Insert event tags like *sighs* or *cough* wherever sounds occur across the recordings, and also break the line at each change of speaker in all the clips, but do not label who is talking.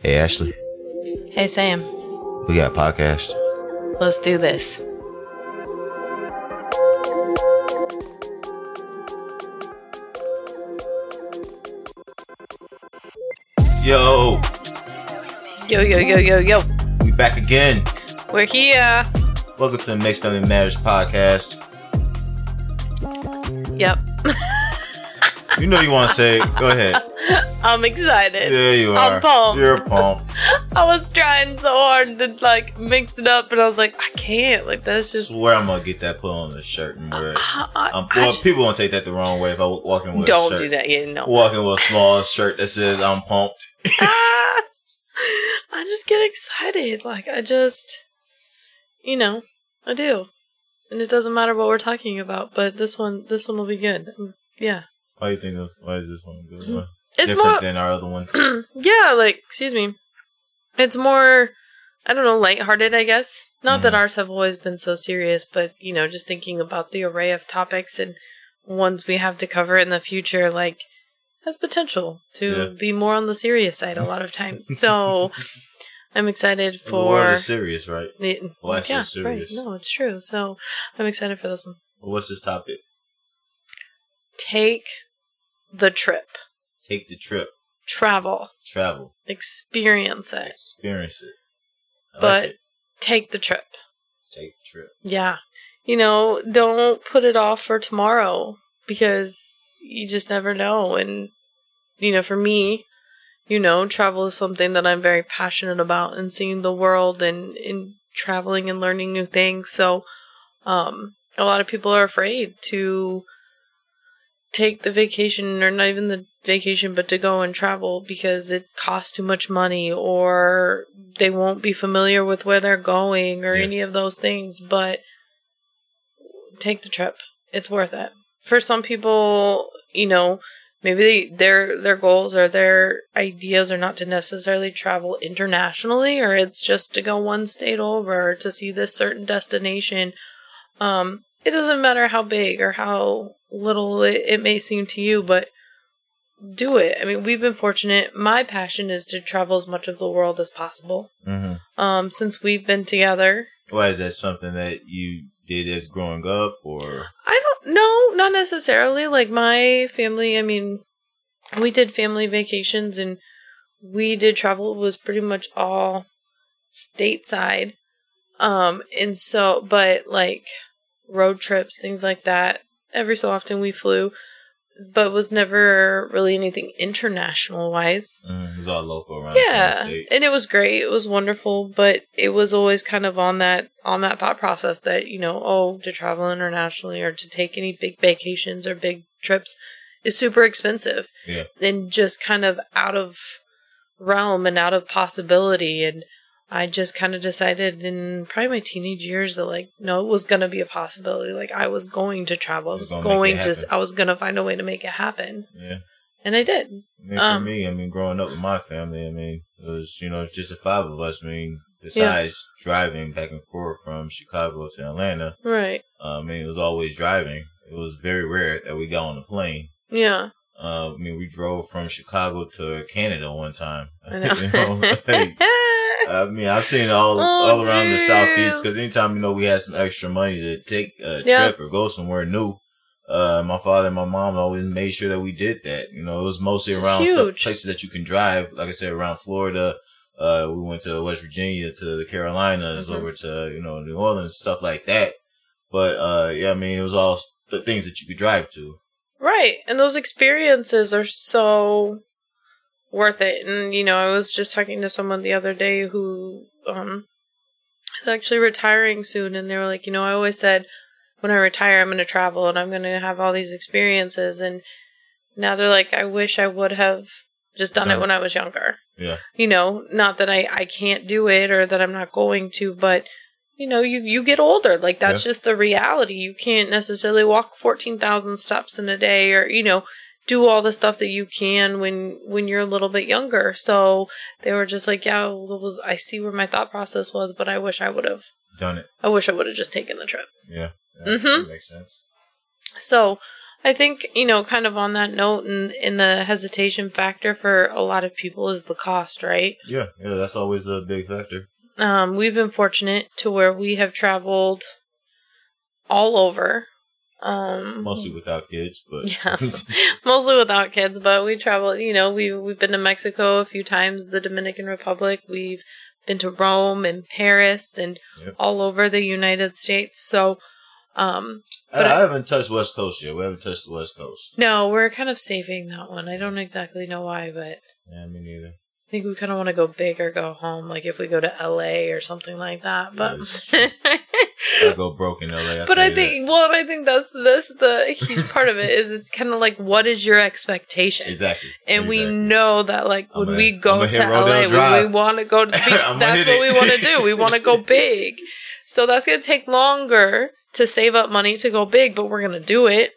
Hey, Ashley,
Hey, Sam,
we got a podcast.
let's do this.
Yo,
Yo, yo, yo, yo, yo.
we back again.
We're here.
Welcome to the Next Family Matters podcast.
*laughs* Yep.
You know you want to say, it. go
*laughs*
ahead.
I'm excited.
There you are.
I'm pumped.
You're pumped.
I was trying so hard to like mix it up, and I was like, I can't. Like, that's just.
Swear I'm gonna get that put on a shirt and wear it.
I- I-
Um,
I
well,
just-
people gonna take that the wrong way if I w- walk in with a
don't
shirt.
do that. Yeah, no.
Walking with a small shirt that says I'm pumped.
Ah! *laughs* I just get excited. Like, I just. You know, I do. And it doesn't matter what we're talking about, but this one, this one will be good. Mm, Yeah.
Why do you think? Of, why is this one good? Why-
It's
different
more.
than our other
*clears throat*
ones?
yeah, like excuse me. It's more I don't know, lighthearted, I guess. Not that
Mhm.
ours have always been so serious, but you know, just thinking about the array of topics and ones we have to cover in the future, like has potential to
Yeah.
be more on the serious side a lot
*laughs*
of times. so I'm excited
The world
for
is serious, right?
the
less
yeah,
is
right.
serious.
No, it's true. So I'm excited for this one.
What's this topic?
Take the trip,
Take the trip,
travel,
travel,
experience it,
experience it. I like
But-
it.
take the trip.
take the trip.
Yeah. You know, don't put it off for tomorrow because you just never know. And, you know, for me, you know, travel is something that I'm very passionate about and seeing the world and, and traveling and learning new things. So, um, a lot of people are afraid to take the vacation or not even the vacation, but to go and travel because it costs too much money or they won't be familiar with where they're going or
Yeah.
any of those things. But take the trip. It's worth it. For some people, you know, maybe they, their their goals or their ideas are not to necessarily travel internationally or it's just to go one state over or to see this certain destination um it doesn't matter how big or how little it, it may seem to you but do it i mean we've been fortunate my passion is to travel as much of the world as possible
Mm-hmm.
um since we've been together
Why is that something that you did as growing up, or
I don't know, not necessarily. Like my family, I mean, we did family vacations and we did travel was pretty much all stateside. Um and so but like road trips, things like that. Every so often we flew, but was never really anything international wise.
mm, it was all local around?
Yeah,
The
and it was great. It was wonderful, but it was always kind of on that on that thought process that you know, oh, to travel internationally or to take any big vacations or big trips is super expensive.
Yeah.
and just kind of out of realm and out of possibility. And I just kind of decided in probably my teenage years that like, no, it was gonna be a possibility. Like I was going to travel. I
You're
was
gonna make it
going to.
happen.
I was gonna find a way to make it happen,
yeah.
and I did.
I mean,
Um,
for me, I mean, growing up with my family, I mean, it was you know just the five of us. I mean, besides driving back and forth from Chicago to Atlanta,
Right.
uh, I mean, it was always driving. It was very rare that we got on a plane.
Yeah.
Uh, I mean, we drove from Chicago to Canada one time. *laughs*
I
You know, like,
know.
I mean, I've seen all
*laughs* Oh,
all around the
geez.
southeast because anytime you know we had some extra money to take a
Yeah.
trip or go somewhere new, uh, my father and my mom always made sure that we did that. You know, it was mostly
It's
around stuff,
huge.
places that you can drive. Like I said, around Florida. Uh, we went to West Virginia, to the Carolinas,
Mhm.
over to you know New Orleans, stuff like that. But uh, yeah, I mean, it was all s- the things that you could drive to.
*laughs* Right. And those experiences are so worth it. And, you know, I was just talking to someone the other day who um, is actually retiring soon. And they were like, you know, I always said when I retire, I'm going to travel and I'm going to have all these experiences. And now they're like, I wish I would have just done
Done
it
it.
when I was younger.
Yeah.
You know, not that I, I can't do it or that I'm not going to, but you know, you, you get older. Like that's just the reality. You can't necessarily walk 14,000 steps in a day or, you know, do all the stuff that you can when, when you're a little bit younger. So they were just like, yeah, well, it was, I see where my thought process was, but I wish I would have,
Done it.
I wish I would have just taken the trip.
Yeah. yeah
Mhm.
That makes sense.
So I think, you know, kind of on that note and in the hesitation factor for a lot of people is the cost, right?
Yeah, yeah, that's always a big factor.
Um, we've been fortunate to where we have traveled all over. Um,
Mostly without kids, but
*laughs* Yeah. mostly without kids, but we travel. You know, we've we've been to Mexico a few times, the Dominican Republic. We've been to Rome and Paris and
Yep.
all over the United States. So, um,
I,
But
I
I-
haven't touched West Coast yet. We haven't touched the West Coast.
no, we're kind of saving that one. I don't exactly know why, but
Yeah, me neither.
I think we kind of want to go big or go home. Like if we go to LA or something like that, but.
I go broke in LA.
*laughs* But
tell
I
you
think, well, I think that's that's the huge part of it is it's kind of like what is your
that.
expectation?
exactly.
And we
exactly.
know that, like,
I'm
when
a-
we
I'm
go
a
to
hit Rodale
LA, when
Drive.
we want to go
*laughs*
to the beach,
I'm a
that's
hit
what we
it.
want to do. We want to go big. So that's going to take longer to save up money to go big, but we're going to do it.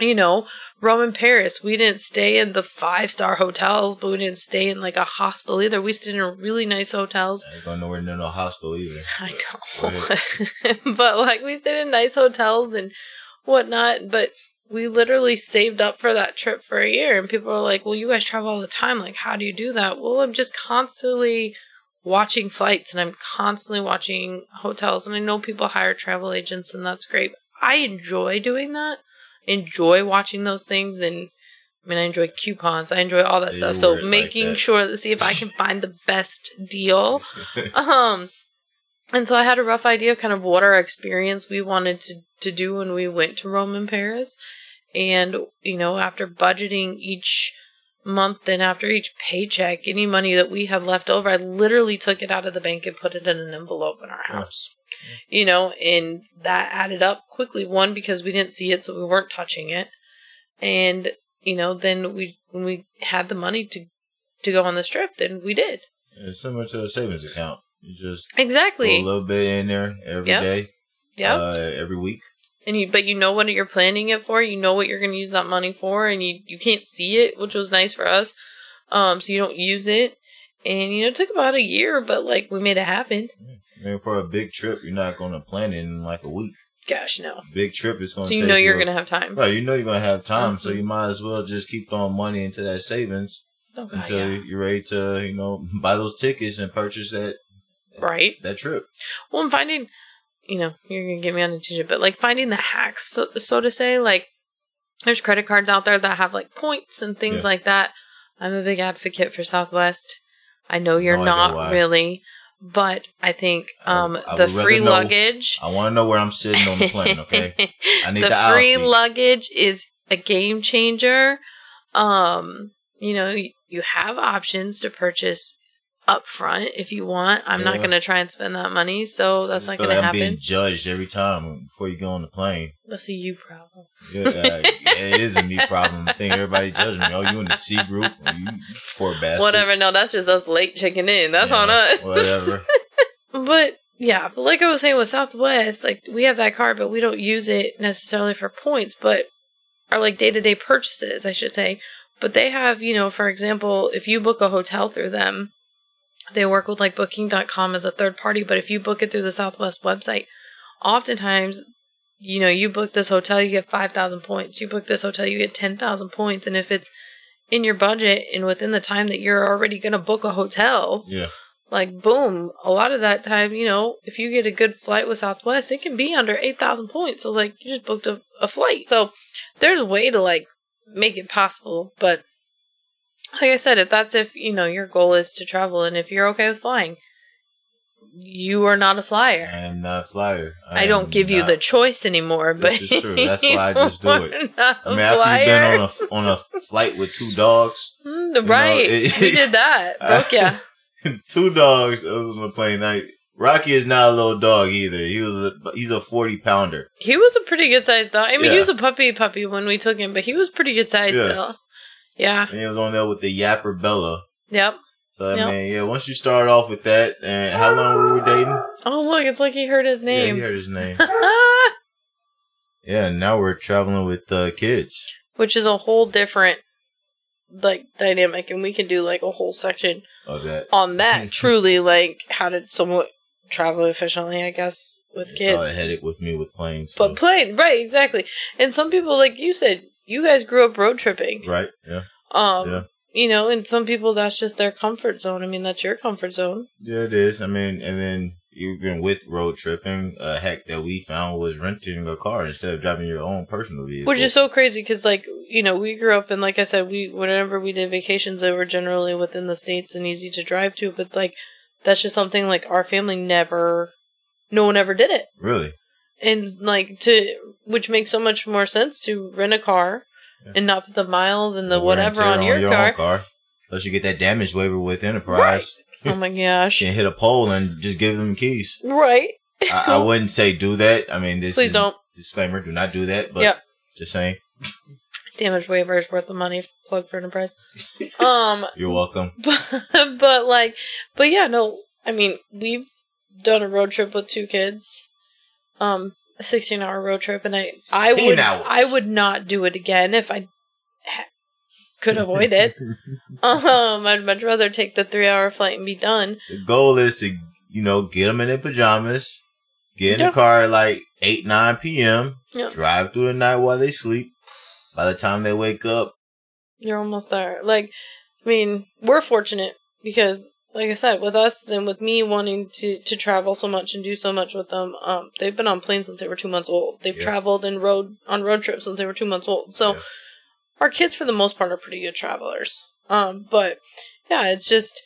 You know, Rome and Paris, we didn't stay in the five star hotels, but we didn't stay in like a hostel either. We stayed in really nice hotels.
I ain't going nowhere near no hostel either.
*sighs* I know. *laughs* but like we stayed in nice hotels and whatnot, but we literally saved up for that trip for a year and people are like, Well, you guys travel all the time, like how do you do that? Well, I'm just constantly watching flights and I'm constantly watching hotels and I know people hire travel agents and that's great. I enjoy doing that. Enjoy watching those things and I mean I enjoy coupons. I enjoy all that
Yeah,
stuff.
you
So
were like
making
that.
sure to see if
*laughs*
I can find the best deal. Um, and so I had a rough idea of kind of what our experience we wanted to, to do when we went to Rome and Paris. And, you know, after budgeting each month and after each paycheck, any money that we had left over, I literally took it out of the bank and put it in an envelope in
Oh.
our house. You know, and that added up quickly. One, because we didn't see it, so we weren't touching it. And, you know, then we, when we had the money to, to go on this trip, then we did.
It's similar to a savings account. You just put
Exactly.
a little bit in there every day,
Yep. Yep.
uh, every week.
and you but you know what you're planning it for you know what you're going to use that money for and you you can't see it which was nice for us um so you don't use it and you know it took about a year but like we made it happen
I mean, for a big trip, you're not going to plan it in like a week.
gosh no
Big trip is going
so
to.
you know you're going to have time
Right, you know you're gonna have time, so
Mhm.
you might as well just keep throwing money into that savings
oh, God,
until
yeah.
you're ready to, you know, buy those tickets and purchase that
right
that trip.
well i'm finding you know you're going to get me on a tangent but like finding the hacks so, so to say like there's credit cards out there that have like points and things
Yeah.
like that i'm a big advocate for southwest i know you're
No idea why.
not really but i think
I-
um
I
the
would rather
free
know
luggage
I want to know where I'm sitting on the plane.
*laughs*
Okay, I need
the,
the aisle
free
seat.
luggage is a game changer. Um, you know, y- you have options to purchase up front if you want. I'm not
Yeah.
going to try and spend that money, so that's
I
Oh, not
feel
going
like
to
I'm
happen.
being judged every time before you go on the plane.
That's a you problem. *laughs*
Yeah, uh, it is a me problem. I think everybody judges me. Oh, you in the C group? Oh, You poor bastard.
Whatever. No, that's just us late checking in. That's
Yeah,
on us. *laughs*
Whatever.
But yeah, but like I was saying with Southwest, like we have that card, but we don't use it necessarily for points, but are like day to day purchases, I should say. But they have, you know, for example, if you book a hotel through them, they work with like booking.com as a third party, but if you book it through the Southwest website, oftentimes, you know, you book this hotel, you get 5,000 points. You book this hotel, you get 10,000 points. And if it's in your budget and within the time that you're already going to book a hotel,
Yeah.
like boom a lot of that time you know if you get a good flight with southwest it can be under 8000 points so like you just booked a, a flight so there's a way to like make it possible but like i said if that's if you know your goal is to travel and if you're okay with flying you are not a
I
flyer
am not a uh, flyer.
i, don't
am
give you
not-
the choice anymore but
Uh, This is
*laughs*
true. That's why I just do
you
it.
are not
I
a
mean, after
flyer
you've been on a on a flight with two dogs, *laughs*
Mm,
know,
right
it-
we did that
*laughs*
broke ya
two dogs. It was on the plane night. Rocky is not a little dog either. He was a, he's a forty pounder.
He was a pretty good sized dog. I mean,
Yeah.
he was a puppy puppy when we took him, but he was pretty good sized
Yes.
still. Yeah.
And he was on there with the yapper Bella.
Yep.
So I
Yep.
mean, yeah. Once you start off with that, and how long were we dating?
Oh, look, it's like he heard his
Yeah,
name.
he heard his
*laughs*
name. yeah. and Now we're traveling with uh, kids.
Which is a whole different like dynamic and we can do like a whole section
Of that. *laughs*
on that truly like how did someone travel efficiently, I guess, with
it's all a
kids.
headache with me with planes.
But plane, right? Exactly. And some people, like you said, you guys grew up road tripping.
right, yeah,
Um,
Yeah.
you know, and some people that's just their comfort zone. I mean, that's your comfort zone.
yeah, it is. I mean, and then even with road tripping, a hack that we found was renting a car instead of driving your own personal vehicle.
Which is so crazy because, like, you know, we grew up and, like I said, we whenever we did vacations, they were generally within the states and easy to drive to. But like, that's just something like our family never, no one ever did it,
really
and like to which makes so much more sense to rent a car
Yeah.
and not put the miles and the
Wear and
whatever
tear
on, your,
own
car.
Unless you get that damage waiver with Enterprise,
Oh my gosh! *laughs*
you can hit a pole and just give them keys.
Right? *laughs*
I, I wouldn't say do that. I mean, this
Please
is
don't.
disclaimer: do not do that. But
Yep.
just saying,
Damage waiver is worth the money. Plug for *laughs* Enterprise. um,
you're welcome.
but, *laughs* but like but yeah no i mean we've ddone a road trip with two kids um a 16 hour road trip and i i
16
would
hours.
i would not do it again if i ha- could avoid it um i'd much rather take the three hour flight and be done
The goal is to you know get them in their pajamas, get in
Yeah.
the car at like eight nine p.m.
Yeah.
Drive through the night while they sleep. By the time they wake up,
you're almost there like i mean we're fortunate because like i said with us and with me wanting to to travel so much and do so much with them um they've been on planes since they were two months old they've
Yeah.
traveled and rode on road trips since they were two months old so
Yeah.
our kids for the most part are pretty good travelers um but yeah it's just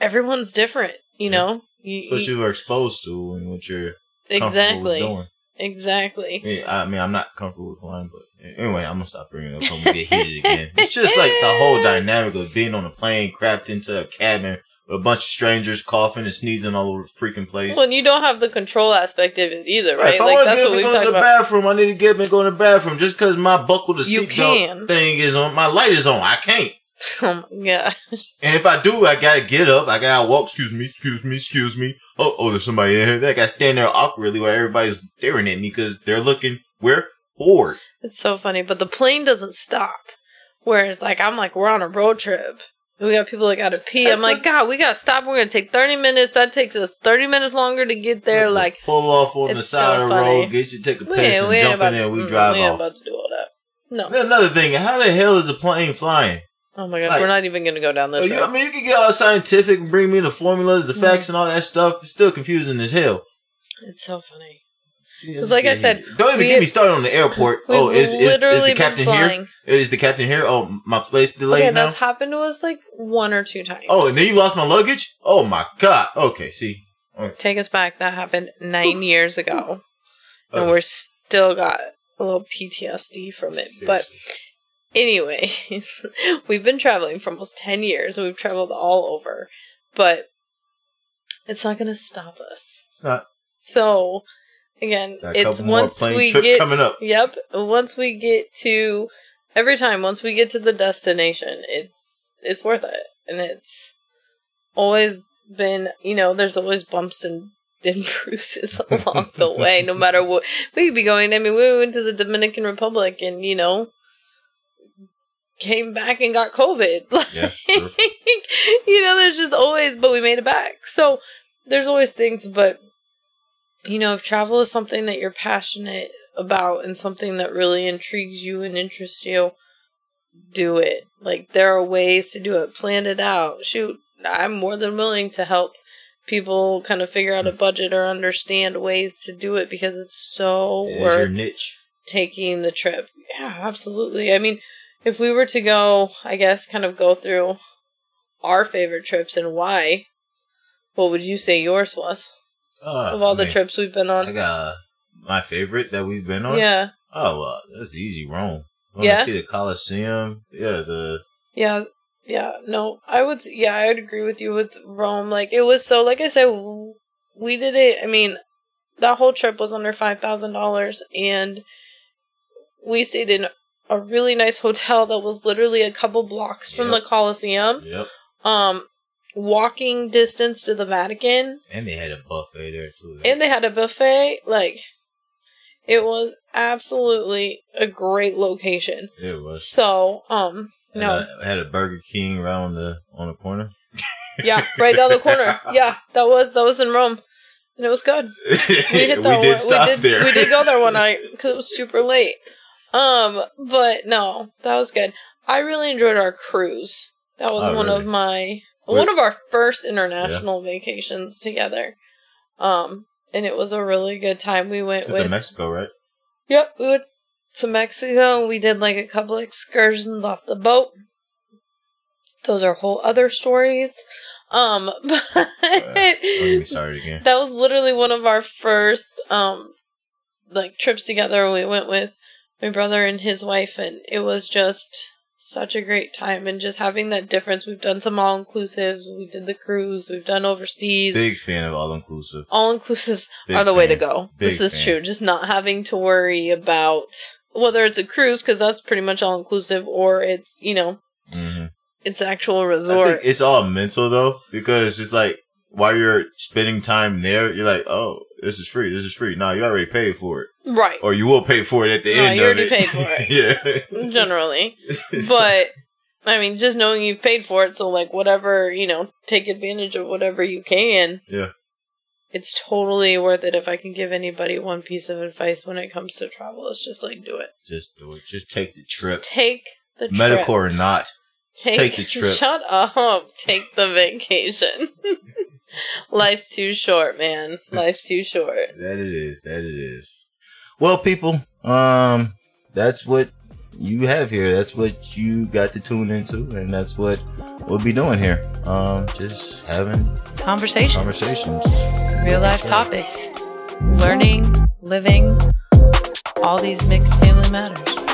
everyone's different you
Yeah.
know you,
it's what
you-
you were exposed to and what you're comfortable with
exactly
doing.
exactly
Yeah, I mean, I'm not comfortable with flying, but anyway, I'm gonna stop bringing it up. I'm gonna get heated
*laughs*
again. It's just like the whole dynamic of being on a plane, crapped into a cabin with a bunch of strangers coughing and sneezing all over the freaking place.
well and you don't have the control aspect of it either right
If I
like
want to
that's
get up and
what we've
go to
talked
the
about
bathroom, I need to get up and go to the bathroom just because my buckle to
You can.
seatbelt thing is on. My light is on. I can't.
*laughs* oh my god
And if I do, I gotta get up. I gotta walk. Excuse me. Excuse me. Excuse me. Oh, oh, there's somebody in here. Then I gotta stand there awkwardly while everybody's staring at me because they're looking. We're bored.
It's so funny, but the plane doesn't stop. Whereas, like, I'm like, we're on a road trip. We got people that got to pee. I'm
That's
like,
a-
God, we got to stop. We're going to take 30 minutes. That takes us 30 minutes longer to get there. Like,
pull off on the
it's
side
so
of Mm-hmm. the
funny.
road, get you take a
we
piss
ain't,
and
we ain't
jump
about,
in there, and we
mm,
drive
we ain't
off.
about to do all that. No.
Then another thing, how the hell is a plane flying?
Oh my God,
Like-
we're not even going to go down this
You- I
road.
mean, you can get all scientific and bring me the formulas, the
Mhm.
facts, and all that stuff. It's still confusing as hell.
It's so funny.
Yeah,
'Cause like I
yeah,
said,
yeah. don't even
we-
get me started on the airport.
We've
oh, is, is,
literally
is the
been
captain here?
flying.
Is the captain here? Oh, my flight's delayed
okay,
now.
that's happened to us like one or two times.
Oh, and then you lost my luggage. Oh my god. Okay, see,
Take us back. That happened nine years ago. And
Okay.
we're still got a little PTSD from it. But
Seriously.
Anyways, *laughs* we've been traveling for almost 10 years and we've traveled all over, but it's not going to stop us.
it's not.
So, again,
Got a
it's
couple more
once
plane
we
trips
get
coming up.
Yep, once we get to every time once we get to the destination, it's it's worth it. And it's always been, you know, there's always bumps and *laughs* and bruises *laughs* along the way, no matter what we could be going. I mean, we went to the Dominican Republic and, you know, came back and got COVID. *laughs*
Yeah,
Like,
sure.
you know, there's just always, but we made it back. So there's always things, but, you know, if travel is something that you're passionate about and something that really intrigues you and interests you, do it. Like, there are ways to do it. Plan it out. Shoot, I'm more than willing to help people kind of figure out a budget or understand ways to do it because it's so
It is your
worth
niche.
taking the trip. Yeah, absolutely. I mean, if we were to go, I guess, kind of go through our favorite trips and why, what would you say yours was
Uh,
of all
I
the
mean,
trips we've been
I
on?
got uh, my favorite that we've been on.
Yeah,
Oh, well, that's easy. Rome. Going
Yeah?
to see the Colosseum. Yeah, the
yeah, yeah. No, I would. s- Yeah, I would agree with you with Rome. Like it was so. Like I said, w- we did it. I mean, that whole trip was under five thousand dollars, and we stayed in a really nice hotel that was literally a couple blocks from
Yep.
the Coliseum.
yep,
um walking distance to the Vatican
and they had a buffet there too.
and they had a buffet like it was absolutely a great location
it was.
so um
Had
no
a- had a Burger King right on the on the corner. *laughs*
yeah right down the corner yeah that was that was in Rome and it was good.
*laughs* we
we hit that
did
one.
stop
we did,
there.
We did
*laughs*
go there one night because it was super late. Um, but no, that was good. I really enjoyed our cruise. That was
Oh,
one
really?
of my
Wait.
one of our first international vacations together. Um, and it was a really good time. We went
to
with
Mexico, right?
yep, we went to Mexico. We did like a couple excursions off the boat. Those are whole other stories. Um, *laughs* but
Don't get me started again.
that was literally one of our first um like trips together we went with my brother and his wife and it was just such a great time and just having that difference we've done some all inclusives we did the cruise we've done overseas
Big fan of all inclusive.
all inclusives
Big
are the way to
fan.
go
Big
this is
fan.
true just not having to worry about whether it's a cruise because that's pretty much all inclusive or it's you know
hmm
it's actual
I
resort
think it's all mental though, because it's like while you're spending time there, you're like, oh, this is free. This is free. Nah, you already paid for it,
right
or you will pay for it at the
No,
end.
you
of
already
it. *laughs*
paid for it. generally
yeah,
but I mean, just knowing you've paid for it, so like whatever you know, take advantage of whatever you can.
Yeah.
it's totally worth it. If I can give anybody one piece of advice when it comes to travel, it's just like do it.
*laughs* just do it. Just take the
Just
trip,
take the trip.
medical or not. Just take,
*laughs*
the trip.
Shut up. Take the vacation. *laughs* Life's too short, man. Life's too short.
That it is. That it is. Well, people, um, that's what you have here. That's what you got to tune into, and that's what we'll be doing here. Um, just having
Conversations.
conversations.
real life topics, learning, living, all these mixed family matters.